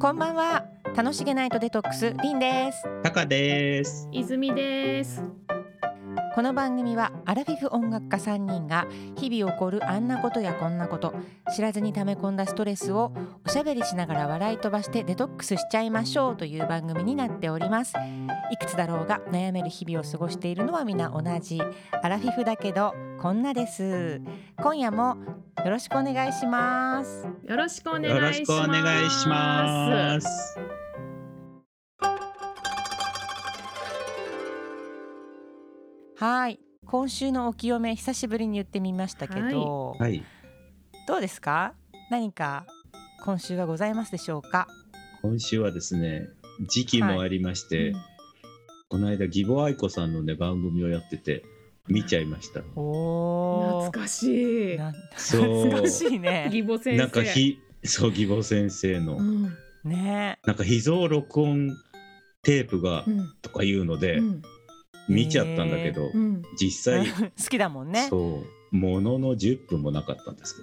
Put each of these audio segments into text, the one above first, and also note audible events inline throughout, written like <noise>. こんばんは楽しげナイトデトックスりんですタカです。泉です。この番組はアラフィフ音楽家3人が日々起こるあんなことやこんなこと知らずに溜め込んだストレスをおしゃべりしながら笑い飛ばしてデトックスしちゃいましょうという番組になっておりますいくつだろうが悩める日々を過ごしているのは皆同じアラフィフだけどこんなです今夜もよろしくお願いしますよろしくお願いしよます。ろしくお願いします。はい今週のお清め久しぶりに言ってみましたけど、はい。どうですか何か今週はございますでしょうか今週はですね、時期もありまして、うんこの間義母愛子さんのね番組をやってて見ちゃいました。お懐かしい。なそう懐かしいね義母先生。なんかひそう義母先生の、うん。うん。ねなんか秘蔵録音テープが、とかいうので、うん。見ちゃったんだけど、うん。実際、 <laughs> 好きだもんねそうものの10分もなかったんですけ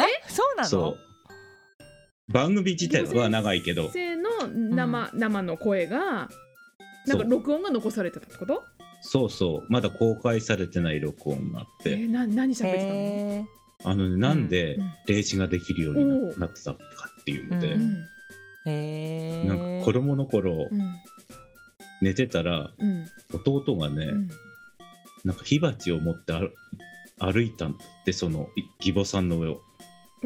えそうなど。のそう。番組自体は長いけど義母、先生の生、生の声が。なそんかう録音が残されてたってこと。そうそうまだ公開されてない録音があって。えー、な、何喋ってへあのね、なんでうん霊視ができるようにおなうなってたかっていうので、たの。ーへーなんか子供の頃うん。寝てたらうん。弟がね、うん。なんか火鉢を持って歩歩いたんだってそのい義母さんの上を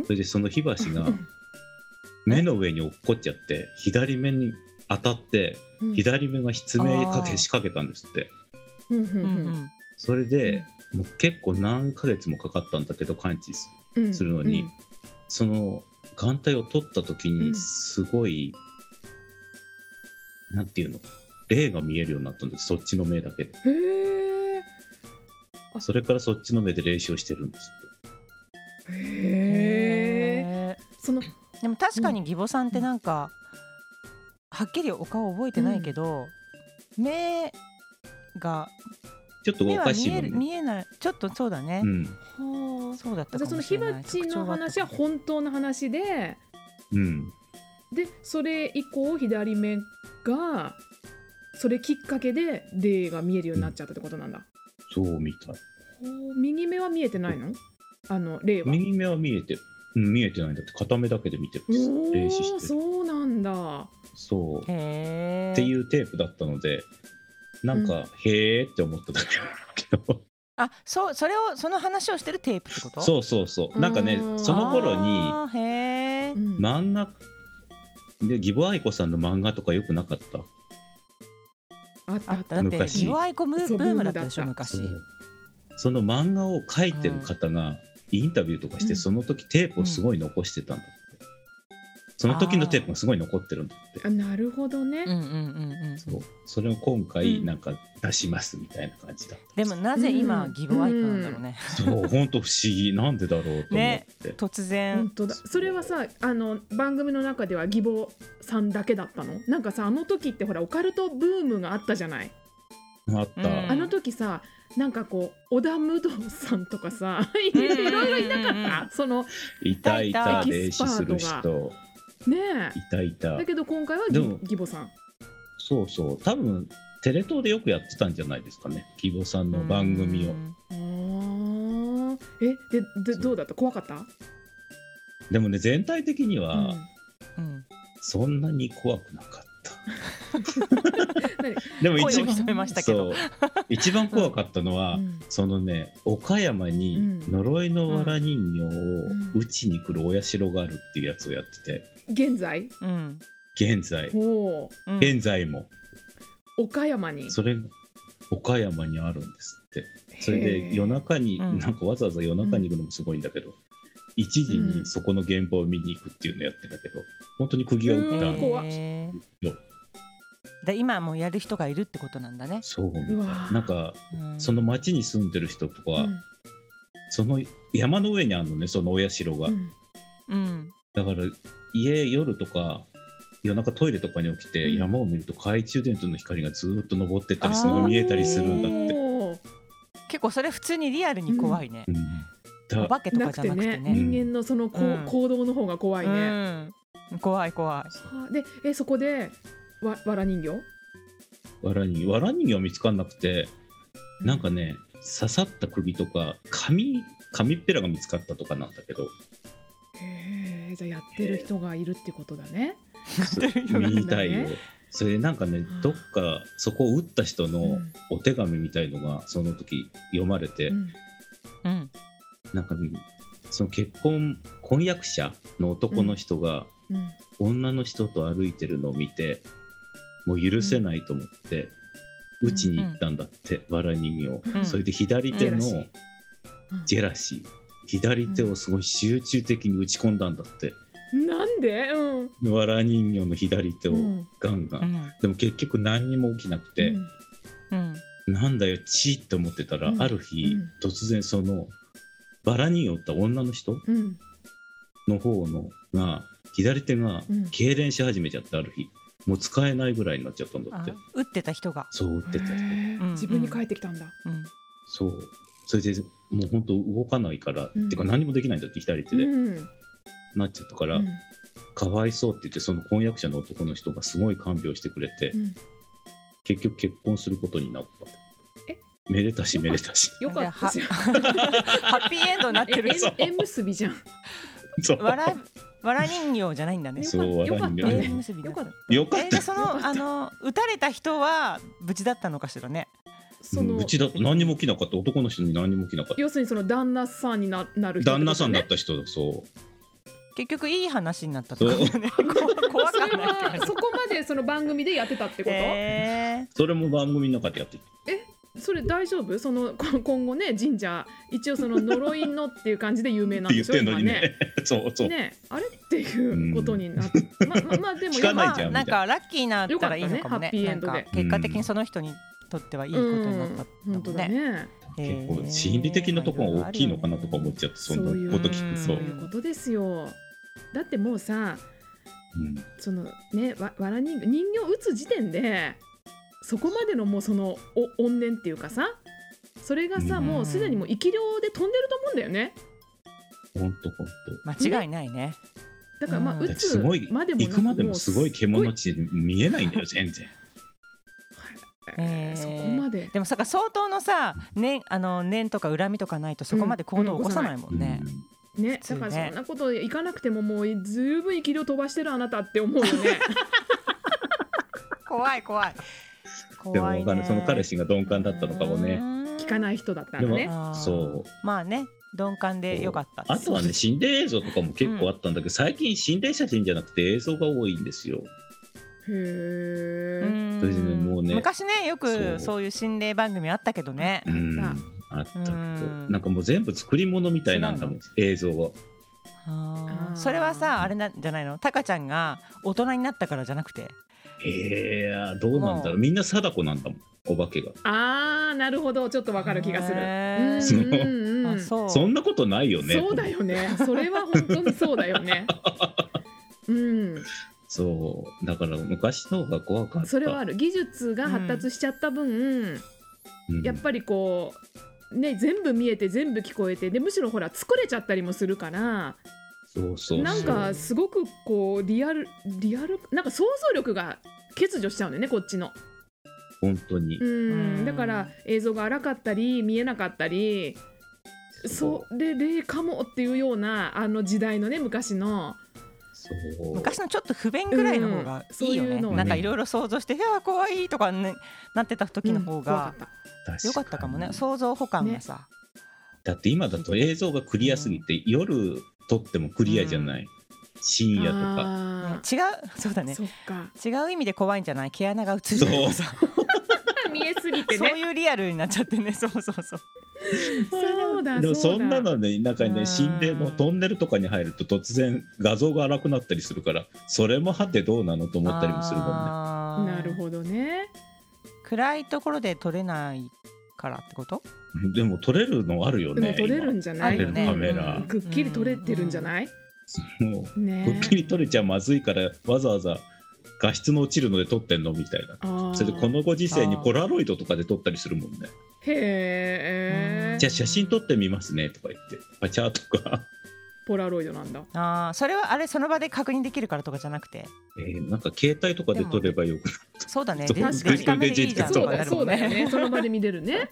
んそれでその火鉢がうん <laughs> 目の上に落っこっちゃって左目に当たってうん。左目が失明かあーけしかけたんですってうん。う。うんんそれでもう結構何ヶ月もかかったんだけど完治するうん。するのにその眼帯を取った時うにんすごい、なんていうの霊が見えるようになったんですそっちの目だけでうん。へえ。それからそっちの目で練習をしてるんですへえ。へその。ーでも確かに義母さんってなんかはっきりお顔覚えてないけど目がちょっとお目はかしい見もえんるね見えないちょっとそうだねうんはあ。そうだったじかゃあもそのし火れない鉢特徴の話はがあったかも本当の話でうんでそれ以降左目がそれきっかけで霊が見えるようになっちゃったってことなんだ、そうみたいほう右目は見えてないのあの霊は右目は見えてるうん見えてないんだって片目だけで見てるんおです霊視ーしてるそうなんだそうっへーていうテープだったのでなんか、へーって思っただけなんだけどあ、そう、それを、その話をしてるテープってこと。う。そうそうそうなんかねうんその頃にに。へえ。うん漫画で義母愛子さんの漫画とかよくなかったあったああっ、っただたって、昔弱い子ムーそうブームだったでしょ、ブーム昔。その漫画を描いてる方がインタビューとかして、うんその時テープをすごい残してたんだって、その時のテープがすごい残ってるんだってあなるほどね、うんうんうんうん。そうそれを今う回んなんか出しますみたいな感じだった、でも、なぜ今、うん義母愛子なんだろうね。そう本当不思議なんでだろうと思って、ね突本然。当だそれはさあの番組の中では義母さんだけだったのなんかさあの時ってほらオカルトブームがあったじゃないあっうた、んあの時さなんかこう織田無道さんとかさういんうんろうんうんいろいなかったそのいたいいたたいた霊視するエキスパー人ねいたいえただけど今回はでぎも義母さんそうそう多分テレ東でよくやってたんじゃないですかね義母さんの番組を、うんあーえででそうどうだった怖かったでもね全体的には、うんうん。そんなに怖くなかった。何でも声を一番潜めましたけど。そう一番怖かったのは、うんそのね岡山にうん呪いのわら人形をん打ちに来るお社があるっていうやつをやって現在うん。て現在おーうん現在も岡山にそれが岡山にあるんですってそれへでー夜中に、うんなんかわざわざ夜中に行くのもすごいんだけど、一時にそこの現場を見に行くっていうのやってたけど本当に釘を打った、うん怖っへーよで、今もうやる人がいるってことなんだね。そううわーなんかうんその町に住んでる人とか、うんその山の上にあるのねそのお社が、うんうん。だから家夜とか夜中トイレとかに起きて、うん山を見ると懐中電灯の光がずーっと昇ってったりあーすごい見えたりするんだって、おー結構、それ普通にリアルに怖いねう。んおだ化けとかじゃなくてなくてね。ね人間のそのこううん行動の方が怖いねうん怖い怖いはあでえそこでわわら人形わら人形わら人形は見つかんなくてなんかね刺さった首とか紙紙っぺらが見つかったとかなんだけどへえじゃあやってる人がいるってことだね見たいなんよだねそれでなんかねんどっかそこを打った人うのんお手紙みたいのがその時読まれて、うんうんなんかその結婚婚約者の男の人がうん女の人と歩いてるのを見てもう許せないと思ってうん打ちに行ったんだって、わら人形を、うんそれで左手のジェラシうんジェラシー左手をすごい集中的に打ち込んだんだってなんでうんわら人形の左手をうんガンガン、うんでも結局何にも起きなくて、ううんんなんだよチーって思ってたら、うんある日、うん突然そのバラに寄った女の人うんの方のが左手がうん痙攣し始めちゃってある日もう使えないぐらいになっちゃったんだあって打ってた人がそう打ってた人へえうん自分に返ってきたんだ <laughs> うんそうそれでもう本当動かないから、うんてか何もできないんだって左手で、うんなっちゃったかうら、んかわいそうって言ってその婚約者の男の人がすごい看病してくれて、うん結局結婚することになったえめでたしめでたしよかったじゃんハッピーエンドになってるえ縁縁結び <laughs> じゃんそうわらわら人形じゃないんだねそうよか笑っいにたなる縁ね結びだよかったよかっえじたゃあそのあの打たれた人は無事だったのかしらねそのうちだと何にも起きなかった男の人に何にも起きなかっ要するにその旦那さんにななるた人旦那さんだねった人だそう結局いい話になったってこと <laughs> かね怖そかっれたってはそこまでその番組でやってたってこと、えそれも番組の中でやってそれ大丈夫そのこ今後ね神社一応その呪いのっていう感じで有名なんって言っでしょてんの今にねね <laughs> そうそう、ねあれっていうことになって、まあまあまあで <laughs> も聞かないまあじゃんまあなんかラッキーなったらいいのかもねよかったねハッピーエンドでなんか結果的にその人にとってはいいことになったってうこん本と当ねだね結構心理的なところが大きいのかなとか思っちゃってそんないうこと聞くそとういうことですよだってもうさうんそのねわわら人形人形打つ時点でそこまでのもうそのお怨念っていうかさそれがさ、うんもうすでにもう生き量で飛んでると思うんだよねほんとほんと間違いないねだからまあうん打だってつすごいまでもな行くまでもうすごい獣地に見えないんだよ全然えーそこまででもさ相当のさ念あの念とか恨みとかないとそこまで行動を起こさないもんね、ね通だねからそんなこといかなくてももう十分生き量飛ばしてるあなたって思うよ <laughs> ね怖い怖いうんでも怖いねわかんないその彼氏が鈍感だったのかもね聞かない人だったらでもねあーそうまあね鈍感でよかったあとはね心霊映像とかも結構あったんだけど、最近心霊写真じゃなくて映像が多いんですよへうえんそれでねもうね昔ねよそくうそういう心霊番組あったけどねうんあったけどうんなんかもう全部作り物みたいなんだもん映像はああーーそれはさあれなんじゃないのタカちゃんが大人になったからじゃなくてへえどうなんだもろううみんな貞子なんだもんお化けが、あーなるほどちょっとわかる気がするへーうんうんうんあそうそんなことないよねそうだよねそれは本当にそうだよねうんそうだから昔の方が怖かったそれはある技術が発達しちゃった分、うんやっぱりこうね全部見えて全部聞こえてでむしろほら疲れちゃったりもするからそうそうそうなんかすごくこうリアルリアルなんか想像力が欠如しちゃうんだよねこっちの本当に、うんうんだから映像が荒かったり見えなかったりそれ霊かもっていうようなあの時代のね昔のそう昔のちょっと不便ぐらいの方がいいようんそうね、いうのはねなんかいろいろ想像して「いや怖い」とか、ね、なってた時の方怖かがった良かったかもね、想像補完がさ、だって今だと映像がクリアすぎて、夜撮ってもクリアじゃない、深夜とかねあ違うそうだーねそっか違う意味で怖いんじゃない毛穴が映るとかさ見えすぎ <laughs> てそうねいうリアルになっちゃってねそうそうそうそうだでもそそうんだなのね中にうんね心霊のトンネルとかに入ると突然画像が荒くなったりするからそれもはてどうなのと思ったりもするもんねもなるほどね暗いところで撮れないからってことでも撮れるのあるよでもね。撮れるんじゃあないるよね撮れるカメラくっきり撮れてるんじゃない、今もうねくっきり撮れちゃまずいからわざわざ画質の落ちるので撮ってんのみたいな。あーそれでこのご時世にあーポラロイドとかで撮ったりするもんね。へえうんじゃあ写真撮ってみますねとか言ってパチャーとか <laughs> ポラロイドなんだああそれはあれその場で確認できるからとかじゃなくてえーなんか携帯とかで撮ればよくなそうだねそうデ確ジかにデジカメでいいじゃんそとうかになだるもそうんだよねねその場で見れるね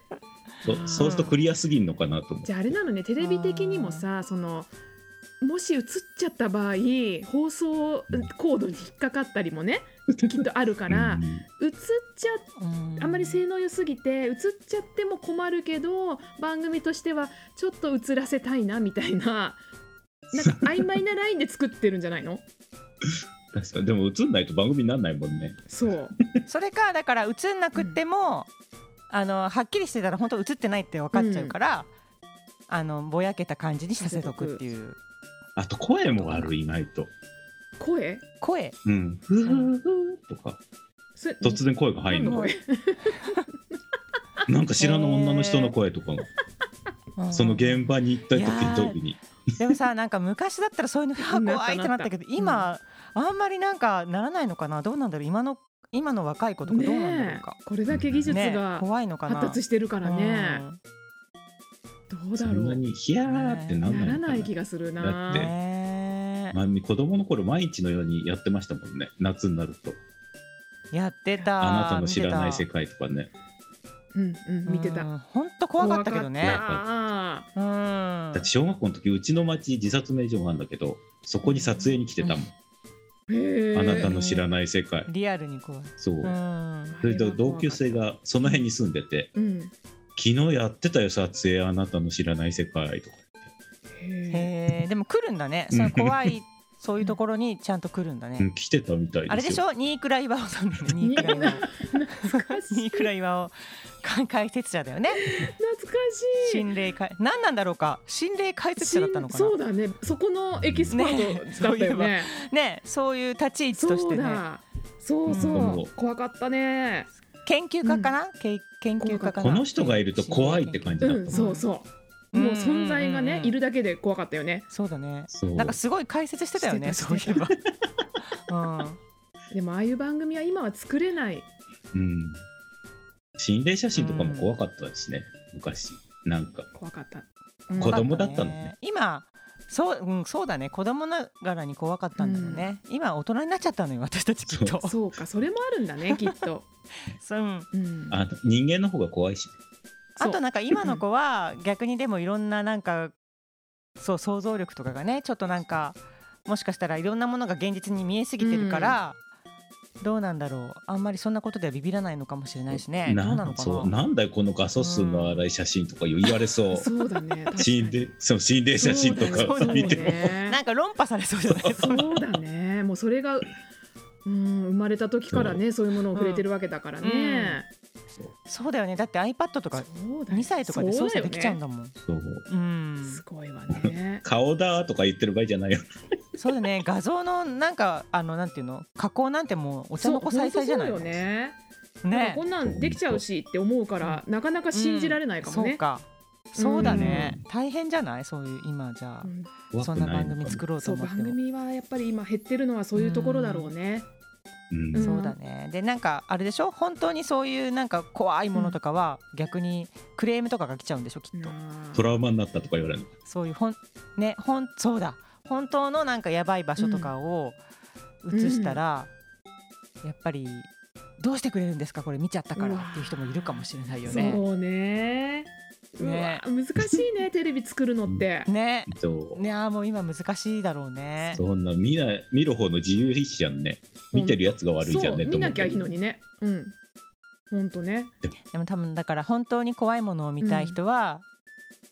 いそうそうするとクリアすぎんのかなと思ってじゃああれなのねテレビ的にもさそのもし映っちゃった場合放送コードに引っかかったり <laughs> もねきっとあるからうん映っちゃっうんあんまり性能良すぎて映っちゃっても困るけど番組としてはちょっと映らせたいなみたいななんか曖昧なラインで作ってるんじゃないの確かにでも映んないと番組になんないもんねそうそれかだから映んなくっても、あのはっきりしてたら本当映ってないって分かっちゃうから、あのぼやけた感じにさせとくっていうあと声も悪いないと声声うんふーふーとかそれ突然声が入何るのの声なんか知らぬ女の人の声とかもそのーム現場に行った時いやーに特にでもさなんか昔だったらそういうのあなった怖いってなったけど今、あんまりなんかならないのかなどうなんだろう今の今の若い子とかどうなんだろねうかえ、これだけ技術ねが怖いのかな発達してるからねうんどうそだろんなうにヒヤーってなんなないらのかなない気がするだなってねえまあ、子供の頃毎日のようにやってましたもんね夏になるとやって「たあなたの知らない世界界」とかねうんうん見てた本当怖かったけどね怖かっうんだって小学校の時うちの町自殺名所があるんだけどそこに撮影に来てたもんたへ「えあなたの知らない世界リアルに怖い」そううんそれと同級生がその辺に住んでてうんへ「昨日やってたよ撮影あなたの知らない世界」とかえへえでも来るんだねうんその怖いそういうところにちゃんと来るんだね、うん来てたみたいですよあれでしょ新倉岩尾さ <laughs> んだよね新倉岩尾懐かしい新倉岩尾解解説者だよね懐かしい心霊解何なんだろうか心霊解説者だったのかそうなだねそこのエキスパートねだったよねねそういう立ち位置としそてうねだそうそう、うん怖かったね研究家かな、け研究家かなこの人がいると怖いって感じうだったもんんそうそうもう存在がね、いるるだけで怖かったよねそうだねそうなんかすごい解説してたよねしてそたういしてえたば、 <laughs> うん、でもああいう番組は今は作れないうん心霊写真とかも怖かったですね、昔なんか怖かった、うん子供だったのね今そう、うん、そうだね子供ながらに怖かったんだろうね、今大人になっちゃったのよ私たちきっとそうかそれもあるんだねきっと、 <laughs> そううんうん、あの人間の方が怖いし、あとなんか今の子は逆にでもいろんななんかそう想像力とかがねちょっとなんかもしかしたらいろんなものが現実に見えすぎてるから、どうなんだろうあんまりそんなことではビビらないのかもしれないしねどうなのかそうななんだよこの画素数の荒い写真とか言わ <laughs> れそう、そうだね確かに心霊その心霊写真とそうかだね見てももなんか論破されそうじゃないですかそうだねそうだねもうそれがうん生まれた時からねそういうものを触れてるわけだからね、そうだよねだって iPad とかそうだね2歳とかで操作できちゃうんだだもんそううんすごいわね顔だとか言ってる場合じゃないよそうだね画像のなんかあのなんていうの加工なんてもうお茶の子さいさいじゃないそう本当そうよねなんかねこんなんできちゃうしって思うから、なかなか信じられないかもそうね。かそうだね、大変じゃないそういう今じゃうあ、ん怖そくんなない番のか組な作ろうとそう思っても番組はやっぱり今減ってるのはそういうところだろうね。うん組そうだねでなんかあれでしょ本当にそういうなんか怖いものとかは逆にクレームとかが来ちゃうんでしょきっと、なあトラウマになったとか言われるそういうほんねほんそうだ本当のなんかやばい場所とかを映したら、やっぱりどうしてくれるんですかこれ見ちゃったからっていう人もいるかもしれないよね。そうね。うわね難しいねテレビ作るのって。ねそうねあーもう今難しいだろうね。そんな見ない見る方の自由意志じゃんね見てるやつが悪いじゃんねそうと見思なうきゃけいいどのにね。うん。本当ね。でも多分だから本当に怖いものを見たい人は、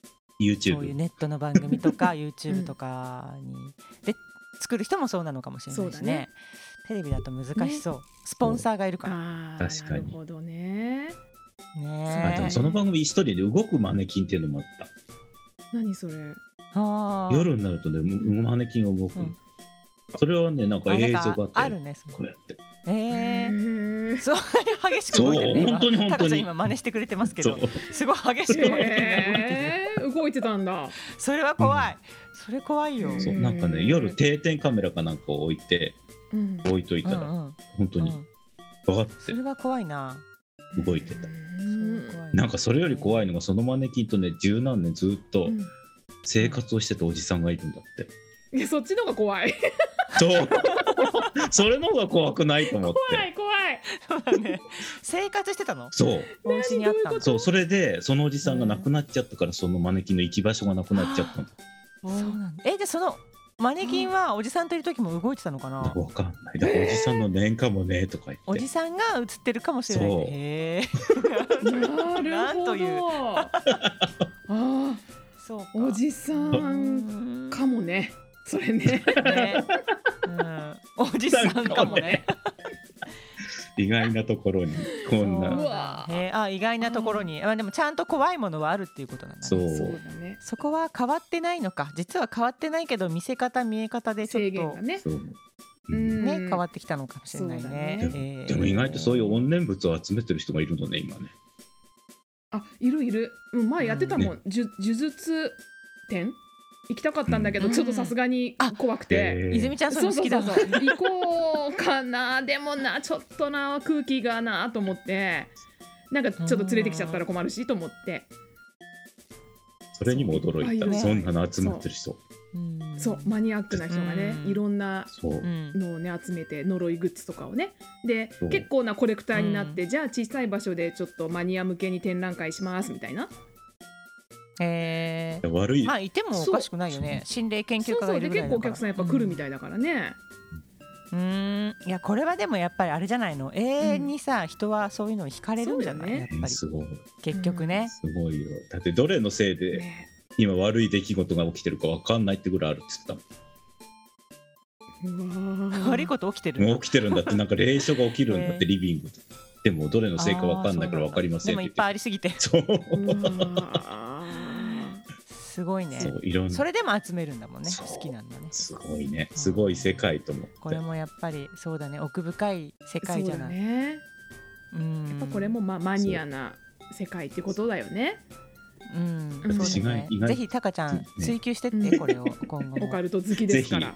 そういう YouTube ネットの番組と <laughs> か YouTube とかに、で作る人もそうなのかもしれないしそねうだねテレビだと難しそう、スポンサーがいるからああ確かになるほどね。あねでもその番組一人で動くマネキンっていうのもあった何それ。あー夜になるとねむマネキンが動くの、うんそれはねなんかあ映な像んがあっかてあるねそこのうやってえー、 <laughs> へえそう激しく動いてるねそう今本当に本当にタカちゃん今真似してくれてますけどそうすごい激しく動いてるね動いてるねへえ動いてたんだ。それは怖い、それ怖いよ、うそうへーなんかね夜定点カメラかなんかを置いてうん。置いといたうら、んうん本当うにん、バーっそてれは怖いな動いてた、うそれはん怖いなんかそれより怖いのがそのマネキンとね十何年ずっとうん生活をしてたおじさんがいるんだっていやそっちの方が怖いそうそれの方が怖くないと思って怖い怖いそうだね生活してたのそうお家にあったのそうそれでそのおじさんが亡くなっちゃったからそのマネキンの行き場所がなくなっちゃったんだそうなんだえじゃあそのマネキンはおじさんといる時も動いてたのかな、わかんないだからおじさんの年かもねとか言っておじさんが映ってるかもしれないそうへえ <laughs> ななるんほとどいうああそうかおじさんんかもねそれねね、うん、おじさんかもね。意外なところにこんそうなだねあ意外なところに、まあでもちゃんと怖いものはあるっていうことなんだ、ね。そうそうだねそこは変わってないのか、実は変わってないけど見せ方見え方でちょ制っ限がとねそう、ううんんね、変わってきたのかもしれないそうだねね。えーでも意外とそういう怨念物を集めてる人がいるのね今ねあいるいる、うん、前やってたもん、う呪呪術展行きたかったんだけど、うんちょっとさすがにあ怖くて、えー泉ちゃんそういそううのそ好うきそだうそう行こうかなでもなちょっとな空気がなと思ってなんかちょっと連れてきちゃったら困るしと思ってそれにも驚いいたそうっぱいいるねそんなの集まってる人うんそうマニアックな人がね、うんいろんなそううんのをね集めて呪いグッズとかをねでそう結構なコレクターになって、じゃあ小さい場所でちょっとマニア向けに展覧会しますみたいなえー悪い、まあいてもおかしくないよね。心霊研そ究う家そがういでるぐら結い構だおから。客さんやっぱ来るみたいだからね、うん。うーんいやこれはでもやっぱりあれじゃないの永遠にさ、人はそういうのに惹かれるんじゃない、そうだやっよぱりすごい結局ね、すごいよだってどれのせいでね今悪い出来事が起きてるかわかんないってぐらいあるって言って <laughs> 悪いこと起きてたるもんもう起きてるんだってなんか霊障が起きるんだっえてリビングででもどれのせいかわかんないからあーわかりませんそうなんだでもっいてっぱいありすぎ <laughs> て言ってそううわーすごいねそういろんなそれでも集めるんだもんねそう好きなんだねすごいねすごい世界と思ってこれもやっぱりそうだね奥深い世そ界うじゃだないね。うんやっぱこれもまあマニアな世界ってことだよね。うんだってそうだね意外意外ぜひタカちゃん追求してっうてんこれを今後オカもルト好きですから。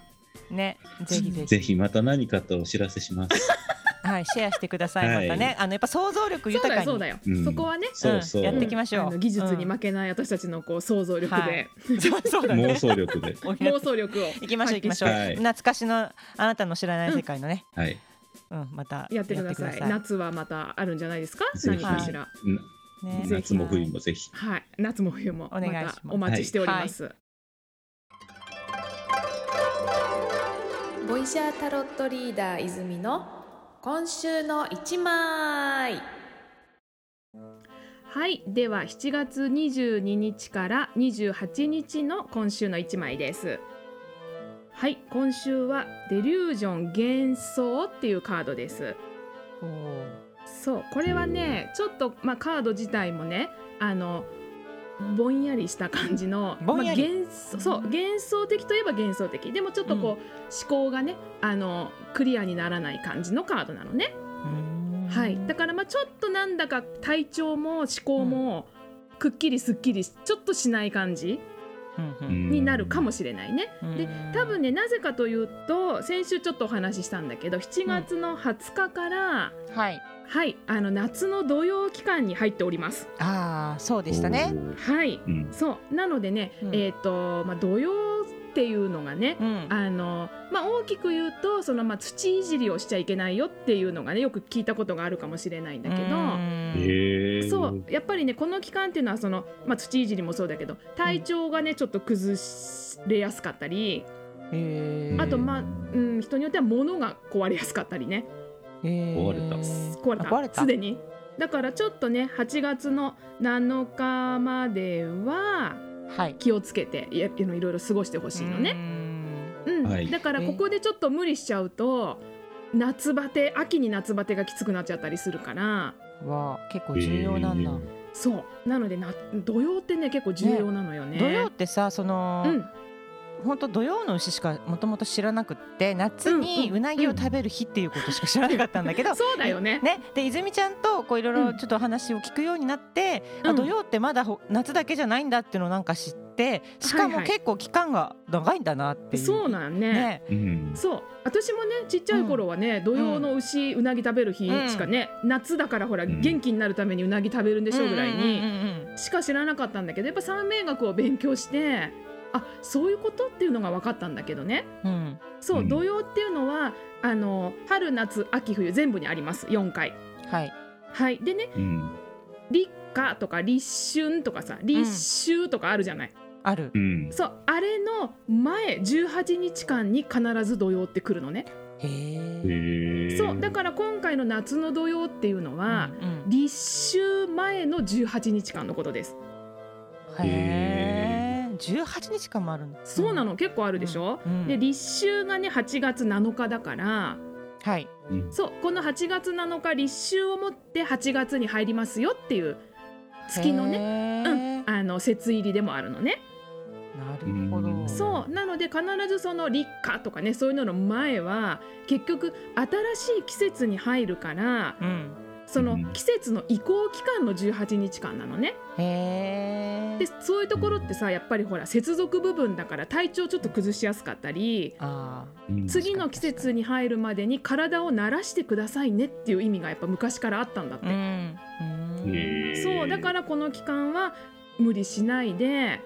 ねぜひぜひぜひまた何かあったらお知らせします。はいシェアしてくださいはまいたねあのやっぱ想像力そう豊かだよにそうだよう。んそこはね。そうそう、んやってきましょうあの技術にうん負けない私たちのこう想像力はいで、そうそうだね妄想力で。補って妄想力を行きましょう行きましょう、はい懐かしのあなたの知らない世界のね、はい。うんまたやってください。夏はまたあるんじゃないですか。ぜ何ひかしら。なね夏も冬もぜひ。はい。夏も冬もおま願いしまたすお待ちしております。ボイシャータロットリーダー泉の今週の一枚はい、では7月22日から28日の今週の1枚です。はい、今週はデリュージョン幻想っていうカードです。おーそう、これはね、ちょっとまあカード自体もね、あのぼんやりした感じの、ぼんやりまあ幻想そう幻想的といえば幻想的、でもちょっとこう、思考がね、あのクリアにならない感じのカードなのね。はい、だからまあちょっとなんだか体調も思考もくっきりすっきりしちょっとしない感じになるかもししれないね。うんで多分ねなぜかというと先週ちょっとお話ししたんだけど7月の20日から、はいはいあの夏の土曜期間に入っております。ああそうでしたね。はいうん。そうなのでね、うんえっ、とまあ土曜っていうのがね、うんあのまあ、大きく言うとその、まあ、土いじりをしちゃいけないよっていうのがねよく聞いたことがあるかもしれないんだけど、うんへえ。そう。やっぱりねこの期間っていうのはその、まあ、土いじりもそうだけど体調がねちょっと崩れやすかったり、へーあとまあ、うん、人によっては物が壊れやすかったりねへー壊れた壊れたあ壊れたすでにだからちょっとね8月の7日までははい気をつけていやいろいろ過ごしてほしいのね、ね。うんはいだからえここでちょっと無理しちゃうと夏バテ秋に夏バテがきつくなっちゃったりするからは結構重要なんだ。そうなのでな土曜ってね結構重要なのよね。土曜ってさそのうん本当土曜の牛しかもともと知らなくって夏にうんううんなぎを食べる日っていうことしか知らなかったんだけど。そうだよね。ね、で泉ちゃんとこういろいうろんちょっとお話を聞くようになって、うあん土曜ってまだほ夏だけじゃないんだっていうのをなんか知ってしかもはいはい結構期間が長いんだなっていう。そうなんねねうん。そう私もねちっちゃい頃はね、土曜の牛うなぎ食べる日しかね、夏だからほら、うん元気になるためにうなぎ食べるんでしょうぐらいうんうにんうんうんしか知らなかったんだけどやっぱ三名学を勉強してあそういうことっていうのが分かったんだけどねうんそう、うん土曜っていうのはあの春夏秋冬全部にあります4回はいはいでねうん立夏とか立春とかさ立秋とかあるじゃない、あるうんそうあれの前18日間に必ず土曜って来るのね、へえへーそうだから今回の夏の土曜っていうのは、うん立秋前の18日間のことですうんへえ18日間もあるんだそうなの、結構あるでしょ、うんうんで立秋がね8月7日だからはいうんそうこの8月7日立秋をもって8月に入りますよっていう月のねねうんあの節入りでもあるのねなるほうどんそうなので必ずその立夏とかねそういうのの前は結局新しい季節に入るからうんそうのん季節の移行期間の18日間なのねへえでそういうところってさやっぱりほら接続部分だから体調ちょっと崩しやすかったりあうん次の季節に入るまでに体を慣らしてくださいねっていう意味がやっぱ昔からあったんだっあんて、うんへーそうだからこの期間は無理しないで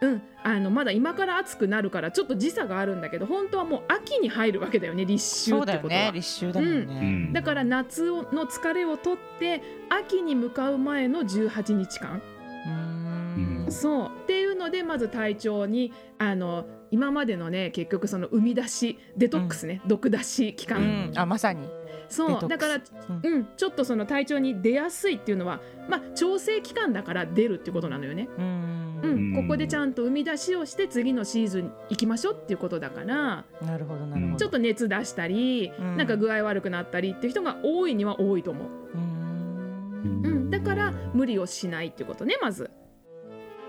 うんあのまだ今から暑くなるからちょっと時差があるんだけど本当はもう秋に入るわけだよね立そ秋っうだてよことはね立秋だもんね、うんだから夏の疲れを取って秋に向かう前の18日間うーんそうっていうのでまず体調にあの今までのね結局その生み出しデトックスね、毒出し期う間、ん、あまさにデそトックスうだから、うん、ちょっとその体調に出やすいっていうのはまあ調整期間だから出るってことなのよね。う、うんん、うんここでちゃんと生み出しをして次のシーズン行きましょうっていうことだからなるほどなるほどちょっと熱出したり、うんなんか具合悪くなったりっていう人が多いには多いと思う、うーんうん、だから無理をしないってことねまず。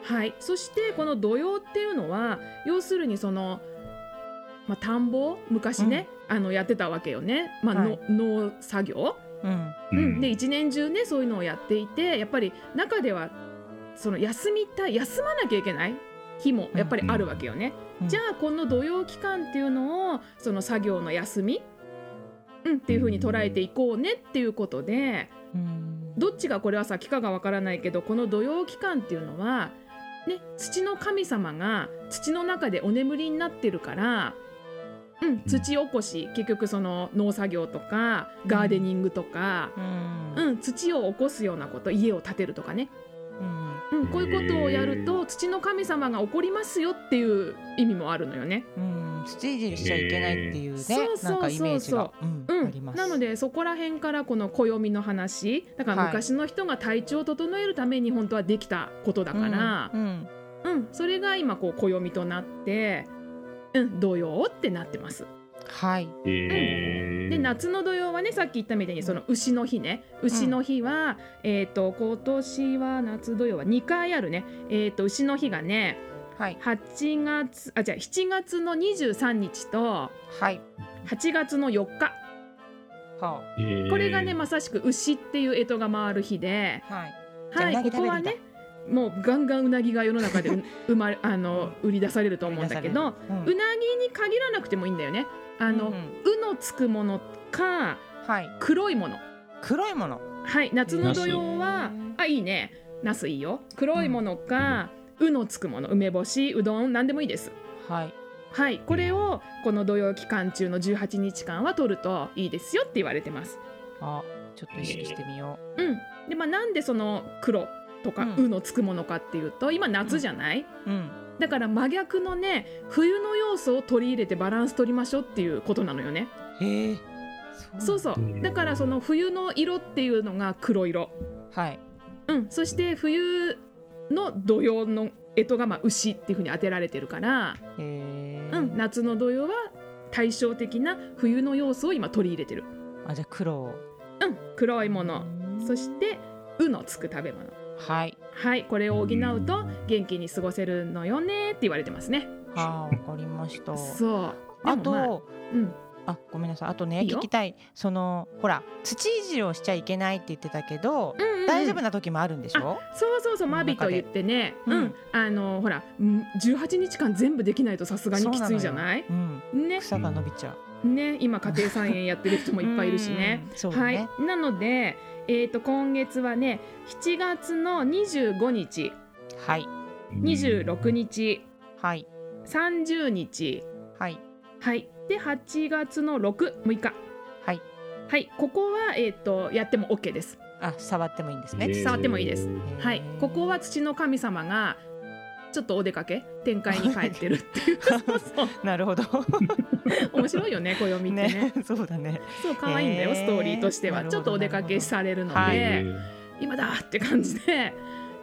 はい、そしてこの土用っていうのは要するにその、まあ、田んぼ昔ね、あのやってたわけよね、まあはいの農作業、うんうん、で一年中ねそういうのをやっていてやっぱり中ではその休みたい休まなきゃいけない日もやっぱりあるわけよね、うんじゃあこの土曜期間っていうのをその作業の休み、うん、っていう風に捉えていこうねっていうことでうんどっちがこれは先かがわからないけどこの土曜期間っていうのは、ね、土の神様が土の中でお眠りになってるから、うん、土起こし結局その農作業とかガーデニングとか。うんうん、土を起こすようなこと家を建てるとかね、うんうん、こういうことをやると土の神様が怒りますよっていう意味もあるのよね。うん土いじりしちゃいけないっていうねへーなんかイメージがうんうありん、ますなのでそこら辺からこの暦の話だかはらい昔の人が体調を整えるために本当はできたことだからう、んうんうんそれが今こう暦となって、うん、土曜ってなってます。はいで夏の土曜はねさっき言ったみたいにその牛の日ね牛の日は、えっ、と今年は夏土曜は2回あるね、えっと牛の日がねはい8月あじゃあ7月の23日とはい8月の4日はこれがねままさしく牛っていう干支が回る日で、あはいじゃあは、うないぎここは食べねるもうガンガンうなぎが世の中でう生まれあの売り出されると思うんだけどううんなぎに限らなくてもいいんだよね。あの、ううんうんのつくものかはい黒いもの。黒いものはい夏の土曜ナはスあいいねナスいいよ黒いものか、うのつくもの梅干しうどん何でもいいです。はいはい、これをこの土曜期間中の18日間は取るといいですよって言われてます。あちょっと意識してみよううん、で、まあ、なんでその黒とかうん「う」のつくものかっていうと今夏じゃない、うんだから真逆のね冬の要素を取り入れてバランス取りましょうっていうことなのよね。へえそうそうだからその冬の色っていうのが黒色、はいうん、そして冬の土曜の干支がまあ牛っていうふうに当てられてるから、へえうん、夏の土曜は対照的な冬の要素を今取り入れてる。あじゃあ黒をうん、黒いものそして「う」のつく食べ物はいはいこれを補うと元気に過ごせるのよねって言われてますねはあわかりましたそうあでもまあとうんあごめんなさいあとねいいよ聞きたいそのほら土いじりをしちゃいけないって言ってたけど、うんうんうん大丈夫な時もあるんでしょそうそうそうこのマビ中とで言ってね、ううんん、あのほらうん18日間全部できないとさすがにきついじゃないそうのようん、ね草が伸びちゃう、ね今家庭菜園やってる人もいっぱいいるしね <laughs> うんそうだはね、いなのでえー、と今月はね7月の25日はい26日はい30日はいはいで8月の66日はいはいここは、えー、とやっても OK ですあ触ってもいいんですね。えー触ってもいいですはいへーここは土の神様がちょっとお出かけ展開に帰って <laughs> るっていうそうそう <laughs> なるほど。面白いよね暦ってねね、 <laughs> そうだね。そう可愛いんだよ、へーストーリーとしてなはるほちどょっとお出かけされるので、はいえ今だって感じで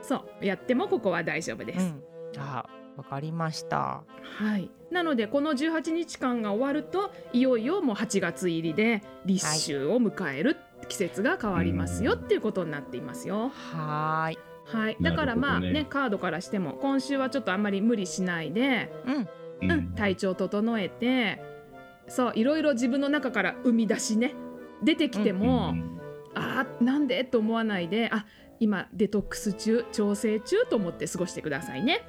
そうやってもここは大丈夫でうす、ん。あ、わかりました。はい、なのでこの18日間が終わるといよいよもう8月入りで立秋を迎える季節が変わりますよっていうことになっていますよ。はーい。はい、だからまあなるほねどねカードからしても今週はちょっとあんまり無理しないで、うん。ーうん、体調整えてそういろいろ自分の中から生み出しね出てきても、うんあーなんでと思わないであ今デトックス中調整中と思って過ごしてくださいね。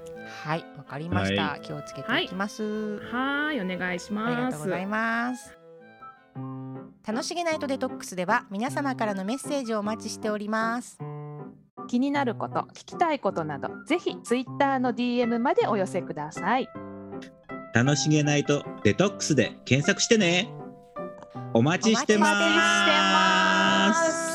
はい、わかりました。は気をつけていきます。はーいお願いしありまがとうごすざ。います。楽しげナイトデトックスでは皆様からのメッセージをお待ちしております。気になること聞きたいことなどぜひツイッターの DM までお寄せください楽しげないとデトックスで検索してねお待ちしてまお待ちしてーます